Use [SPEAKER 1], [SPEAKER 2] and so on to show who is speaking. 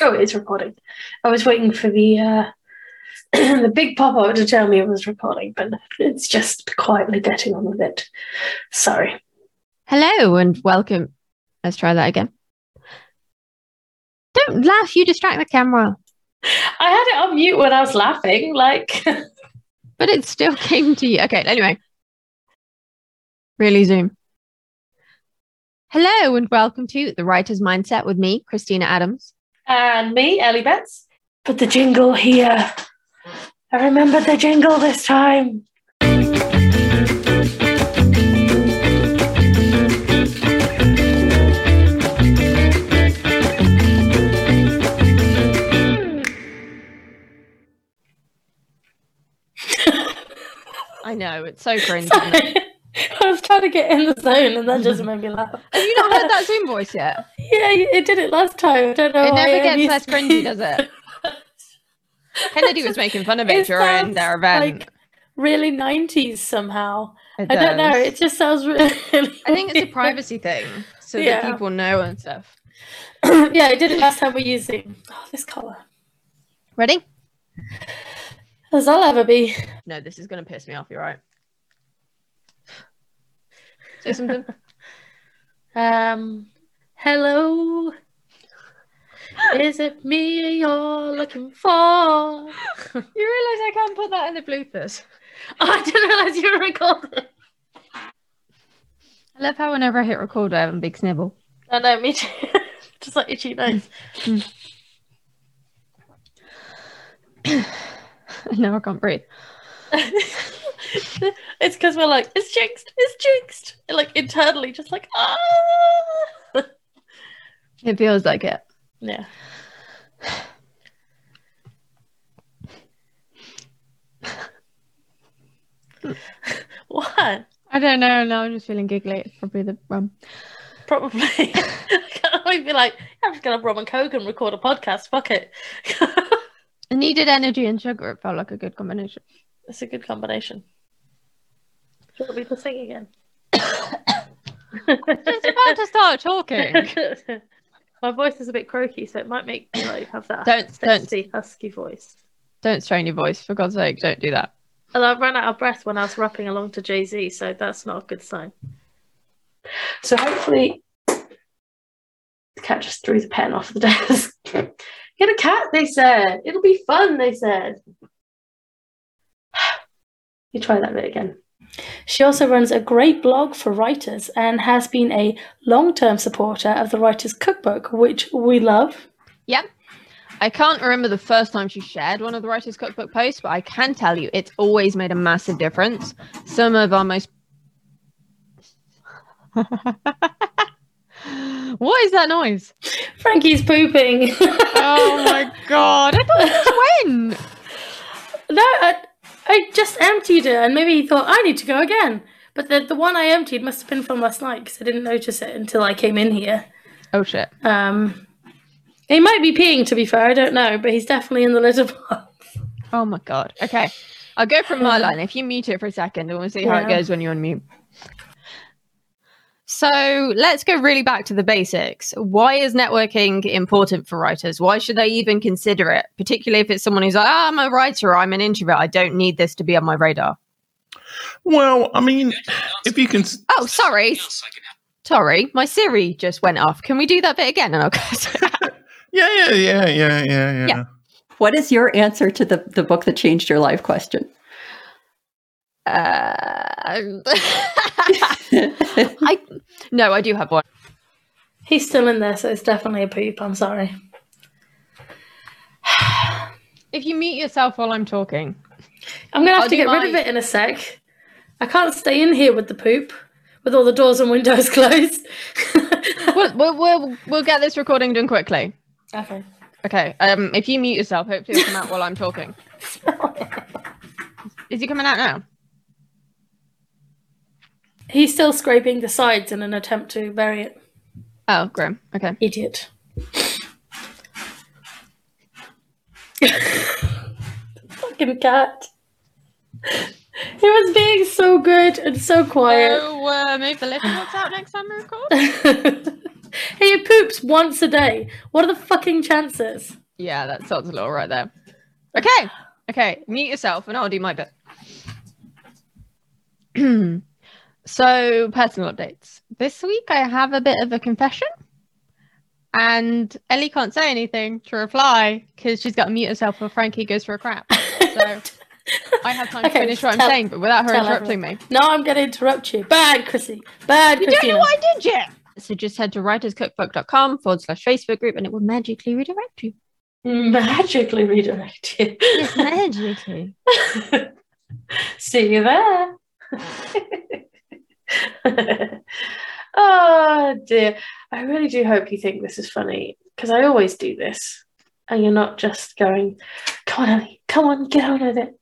[SPEAKER 1] Oh, it's recording. I was waiting for the uh, the big pop up to tell me it was recording, but it's just quietly getting on with it. Sorry.
[SPEAKER 2] Hello and welcome. Let's try that again. Don't laugh, you distract the camera.
[SPEAKER 1] I had it on mute when I was laughing. Like,
[SPEAKER 2] But it still came to you. Okay, anyway. Really zoom. Hello and welcome to The Writer's Mindset with me, Christina Adams.
[SPEAKER 1] and me, Ellie Betts. Put the jingle here. I remember the jingle this time.
[SPEAKER 2] I know, it's so cringe. isn't it?
[SPEAKER 1] Sorry. I was trying to get in the zone and that just made me laugh.
[SPEAKER 2] Have you not heard that Zoom voice yet?
[SPEAKER 1] Yeah, it did it last time. I don't know.
[SPEAKER 2] It
[SPEAKER 1] why
[SPEAKER 2] never
[SPEAKER 1] I'm
[SPEAKER 2] gets
[SPEAKER 1] used
[SPEAKER 2] less
[SPEAKER 1] to
[SPEAKER 2] cringy, does it? Kennedy was making fun of it
[SPEAKER 1] It
[SPEAKER 2] during their
[SPEAKER 1] sounds
[SPEAKER 2] event.
[SPEAKER 1] like really 90s somehow.
[SPEAKER 2] It
[SPEAKER 1] I don't know.
[SPEAKER 2] does.
[SPEAKER 1] It just sounds really.
[SPEAKER 2] I think it's a
[SPEAKER 1] weird.
[SPEAKER 2] privacy thing so
[SPEAKER 1] Yeah.
[SPEAKER 2] that people know and stuff.
[SPEAKER 1] yeah, I did it last time we used Zoom. Oh, this color.
[SPEAKER 2] Ready?
[SPEAKER 1] As I'll ever be.
[SPEAKER 2] No, this is going to piss me off. You're right. Say something.
[SPEAKER 1] Um, hello. Is it me you're looking for?
[SPEAKER 2] You realise I can't put that in the bloopers.
[SPEAKER 1] I didn't realize you were recording.
[SPEAKER 2] I love how whenever I hit record, I have a big snivel.
[SPEAKER 1] I know, me too. just like itchy nose.
[SPEAKER 2] now I can't breathe.
[SPEAKER 1] it's because we're like, it's jinxed, it's jinxed. Like internally, just like, ah.
[SPEAKER 2] It feels like it.
[SPEAKER 1] Yeah. what?
[SPEAKER 2] I don't know. Now I'm just feeling giggly. It's probably the rum.
[SPEAKER 1] Probably. I can't always be like, I'm just going to have Roman Coke and record a podcast. Fuck it.
[SPEAKER 2] I needed energy and sugar. It felt like a good combination.
[SPEAKER 1] That's a good combination. Do you want me to sing again?
[SPEAKER 2] It's about to start talking.
[SPEAKER 1] My voice is a bit croaky, so it might make me like have that
[SPEAKER 2] Don't- don't.
[SPEAKER 1] sexy husky voice.
[SPEAKER 2] don't strain your voice, for God's sake. Don't do that.
[SPEAKER 1] And I ran out of breath when I was rapping along to Jay Z, so that's not a good sign. So hopefully, the cat just threw the pen off the desk. Get a cat, they said. It'll be fun, they said. You try that bit again. She also runs a great blog for writers and has been a long term supporter of the Writer's Cookbook, which we love.
[SPEAKER 2] I can't remember the first time she shared one of the writer's cookbook posts, but I can tell you it's always made a massive difference. Some of our most What is that noise?
[SPEAKER 1] Frankie's pooping.
[SPEAKER 2] Oh my god. I thought it was twin.
[SPEAKER 1] No, I, I just emptied it, and maybe he thought I need to go again. But the the one I emptied must have been from last night because I didn't notice it until I came in here.
[SPEAKER 2] Oh shit.
[SPEAKER 1] Um, he might be peeing, to be fair. I don't know, but he's definitely in the litter box.
[SPEAKER 2] Oh my god. Okay. I'll go from my line. If you mute it for a second, and we'll see how it
[SPEAKER 1] Yeah.
[SPEAKER 2] goes when you're on mute. So let's go really back to the basics. Why is networking important for writers? Why should they even consider it? Particularly if it's someone who's like, "Ah, I'm a writer, I'm an introvert, I don't need this to be on my radar.
[SPEAKER 3] Well, I mean, if you can,
[SPEAKER 2] Oh, sorry. Sorry, my Siri just went off. Can we do that bit again? Oh, And I'll go,
[SPEAKER 3] yeah, yeah, yeah, yeah, yeah,
[SPEAKER 2] Yeah.
[SPEAKER 3] yeah.
[SPEAKER 4] What is your answer to the, the book that changed your life question?
[SPEAKER 2] uh,
[SPEAKER 4] I
[SPEAKER 2] I no, I do have one.
[SPEAKER 1] He's still in there, so it's definitely a poop. I'm sorry.
[SPEAKER 2] If you mute yourself while I'm talking,
[SPEAKER 1] I'm gonna have
[SPEAKER 2] I'll
[SPEAKER 1] to
[SPEAKER 2] do
[SPEAKER 1] get rid of
[SPEAKER 2] mine.
[SPEAKER 1] it in a sec. I can't stay in here with the poop, with all the doors and windows closed.
[SPEAKER 2] we'll, we'll, we'll, we'll get this recording done quickly.
[SPEAKER 1] okay.
[SPEAKER 2] Okay. Um, if you mute yourself, hopefully it'll come out while I'm talking. Is he coming out now?
[SPEAKER 1] He's still scraping the sides in an attempt to bury it.
[SPEAKER 2] Oh, grim. Okay.
[SPEAKER 1] Idiot. Fucking cat. He was being so good and so quiet.
[SPEAKER 2] So, uh, move the litter box out next time we record.
[SPEAKER 1] he
[SPEAKER 5] Hey, he poops once a day. What are the fucking chances?
[SPEAKER 2] Yeah, that sounds a little right there. Okay. Okay. Mute yourself and I'll do my bit. so, personal updates. This week I have a bit of a confession. And Ellie can't say anything to reply because she's got to mute herself or Frankie goes for a crap. So I have time to
[SPEAKER 5] Okay,
[SPEAKER 2] finish what I'm
[SPEAKER 5] tell-
[SPEAKER 2] saying, but without her
[SPEAKER 5] tell
[SPEAKER 2] interrupting me.
[SPEAKER 5] No, I'm going to interrupt you. Bad, Chrissy. Bad,
[SPEAKER 2] You don't
[SPEAKER 5] Chrissy.
[SPEAKER 2] know what I did yet. So just head to writerscookbook.com forward slash Facebook group and it will magically redirect you.
[SPEAKER 5] Mm, Magically redirect you.
[SPEAKER 2] Yes, magically.
[SPEAKER 5] See you there. oh dear. I really do hope you think this is funny because I always do this. And you're not just going, come on, Ellie, come on, get on with it.